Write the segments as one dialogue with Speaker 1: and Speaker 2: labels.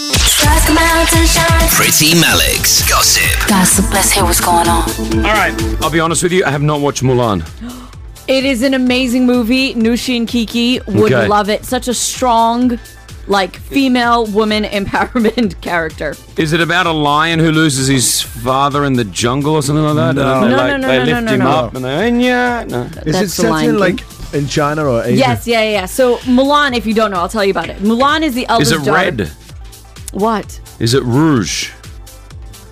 Speaker 1: Stars come out and shine.
Speaker 2: Pretty Malik's Gossip.
Speaker 1: Guys, let's hear what's going on.
Speaker 3: All right, I'll be honest with you. I have not watched Mulan.
Speaker 4: It is an amazing movie. Nushi and Kiki would
Speaker 3: Okay.
Speaker 4: love it. Such a strong, like female woman empowerment character.
Speaker 3: Is it about a lion who loses his father in the jungle or something like that? No,
Speaker 4: No, no,
Speaker 3: like,
Speaker 4: no,
Speaker 3: they
Speaker 4: no,
Speaker 3: lift
Speaker 4: no,
Speaker 3: him
Speaker 4: no.
Speaker 3: up and they, and yeah, no.
Speaker 5: Is
Speaker 4: That's
Speaker 5: it
Speaker 4: the
Speaker 5: set
Speaker 4: Lion
Speaker 5: in
Speaker 4: King.
Speaker 5: like in China or Asia?
Speaker 4: Yes, yeah, yeah, yeah. So Mulan, if you don't know, I'll tell you about it. Mulan is the
Speaker 3: Is
Speaker 4: eldest
Speaker 3: it
Speaker 4: daughter.
Speaker 3: red?
Speaker 4: What?
Speaker 3: Is it rouge?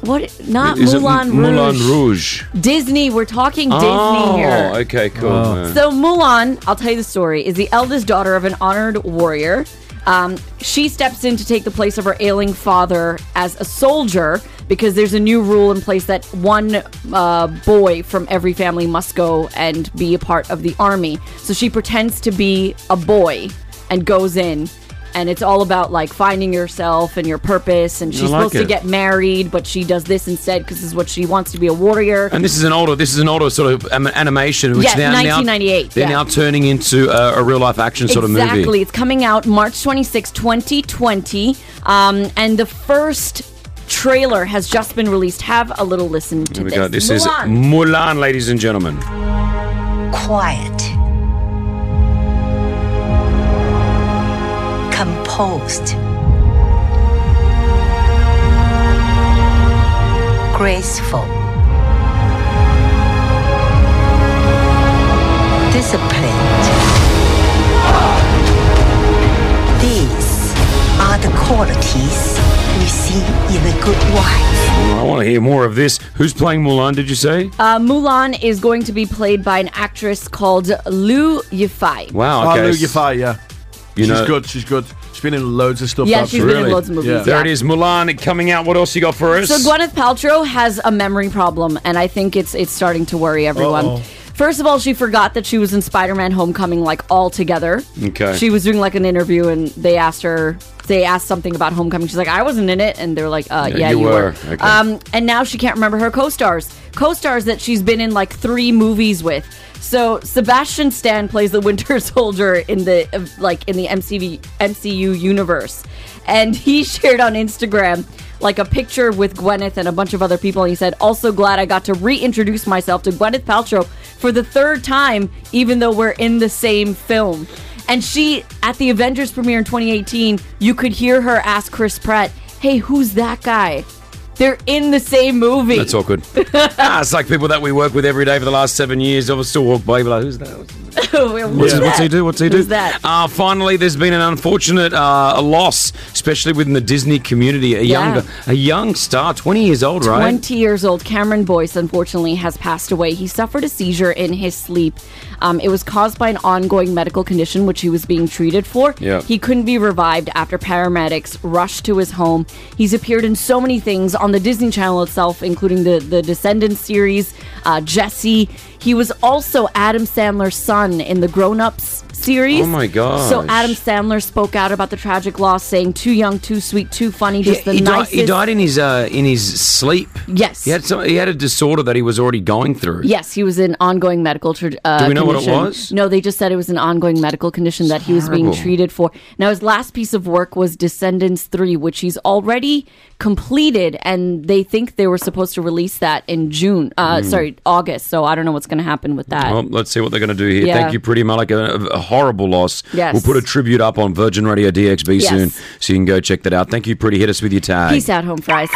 Speaker 4: What? Not
Speaker 3: Is
Speaker 4: Ah, Mulan
Speaker 3: it
Speaker 4: Rouge.
Speaker 3: Mulan Rouge?
Speaker 4: Disney. We're talking
Speaker 3: oh,
Speaker 4: Disney here. Oh.
Speaker 3: okay, cool. yeah.
Speaker 4: So Mulan, I'll tell you the story, is the eldest daughter of an honored warrior. Um, she steps in to take the place of her ailing father as a soldier because there's a new rule in place that one uh, boy from every family must go and be a part of the army. So she pretends to be a boy and goes in. And it's all about like finding yourself and your purpose. And she's
Speaker 3: like
Speaker 4: supposed to
Speaker 3: it.
Speaker 4: get married, but she does this instead because this is what she wants to be a warrior.
Speaker 3: And this is an older, this is an older sort of um, animation, which
Speaker 4: Yes,
Speaker 3: they're now
Speaker 4: 1998,
Speaker 3: they're
Speaker 4: yeah.
Speaker 3: now turning into a, a real life action sort
Speaker 4: exactly.
Speaker 3: of movie.
Speaker 4: It's coming out March 26, 2020. Um, and the first trailer has just been released. Have a little listen to
Speaker 3: Here we
Speaker 4: this.
Speaker 3: go. This is
Speaker 4: Mulan.
Speaker 3: Mulan, ladies and gentlemen.
Speaker 6: quiet, composed, graceful, disciplined. These are the qualities you see in a good wife.
Speaker 3: I want to hear more of this. Who's playing Mulan? Did you say?
Speaker 4: Uh, Mulan is going to be played by an actress called Liu Yifei.
Speaker 3: wow.
Speaker 5: Oh,
Speaker 3: Okay.
Speaker 5: Lou Yafai, yeah.
Speaker 3: You
Speaker 5: she's
Speaker 3: know-
Speaker 5: good. She's good. She's been in loads of stuff.
Speaker 4: Yeah,
Speaker 5: I've
Speaker 4: she's
Speaker 5: seen.
Speaker 4: been in
Speaker 3: Really?
Speaker 4: loads of movies.
Speaker 5: Yeah.
Speaker 3: There it is, Mulan coming out. What else you got for us?
Speaker 4: So Gwyneth Paltrow has a memory problem, and I think it's it's starting to worry everyone.
Speaker 5: Uh-oh.
Speaker 4: First of all, she forgot that she was in Spider-Man: Homecoming like all together.
Speaker 3: Okay.
Speaker 4: She was doing like an interview, and they asked her. They asked something about Homecoming. She's like, "I wasn't in it," and they're like, uh, "Yeah,
Speaker 3: you
Speaker 4: you,
Speaker 3: were.
Speaker 4: were."
Speaker 3: Okay.
Speaker 4: Um, and now she can't remember her co-stars. Co-stars that she's been in like three movies with. So Sebastian Stan plays the Winter Soldier in the uh, like in the MCV, MCU universe, and he shared on Instagram like a picture with Gwyneth and a bunch of other people. And he said, "Also glad I got to reintroduce myself to Gwyneth Paltrow for the third time, even though we're in the same film." And she at the Avengers premiere in 2018, you could hear her ask Chris Pratt, "Hey, who's that guy?" They're in the same movie.
Speaker 3: That's awkward. ah, it's like people that we work with every day for the last seven years. I will still walk by, be like, who's that? What's,
Speaker 4: What's,
Speaker 3: what's he do? What's he do?
Speaker 4: Who's that?
Speaker 3: Uh, finally, there's been an unfortunate uh, a loss, especially within the Disney community. A
Speaker 4: Yeah.
Speaker 3: young, a young star, 20 years old, right?
Speaker 4: 20 years old, Cameron Boyce, unfortunately, has passed away. He suffered a seizure in his sleep. Um, it was caused by an ongoing medical condition, which he was being treated for.
Speaker 3: Yeah.
Speaker 4: He couldn't be revived after paramedics rushed to his home. He's appeared in so many things on the Disney Channel itself, including the, the Descendants series, uh, Jesse. He was also Adam Sandler's son in the Grown Ups series.
Speaker 3: Oh my gosh.
Speaker 4: So Adam Sandler spoke out about the tragic loss, saying, "Too young, too sweet, too funny."
Speaker 3: He,
Speaker 4: Just the
Speaker 3: he died,
Speaker 4: nicest.
Speaker 3: he died in his uh, in his sleep.
Speaker 4: Yes.
Speaker 3: he had some, he had a disorder that he was already going through.
Speaker 4: Yes, he was in ongoing medical. Tra- uh,
Speaker 3: Do we know what it
Speaker 4: condition.
Speaker 3: was?
Speaker 4: No, they just said it was an ongoing medical condition that he was being
Speaker 3: horrible.
Speaker 4: treated for. Now, his last piece of work was Descendants Three, which he's already completed, and they think they were supposed to release that in June. Uh, Sorry, August. So I don't know what's going to happen with that.
Speaker 3: Hmm. Well, let's see what they're going to do here.
Speaker 4: Yeah.
Speaker 3: Thank you, Pretty Malik. A, a horrible loss.
Speaker 4: Yes.
Speaker 3: We'll put a tribute up on Virgin Radio DXB
Speaker 4: Yes.
Speaker 3: soon, so you can go check that out. Thank you, Pretty. Hit us with your tag.
Speaker 4: Peace out, home fries.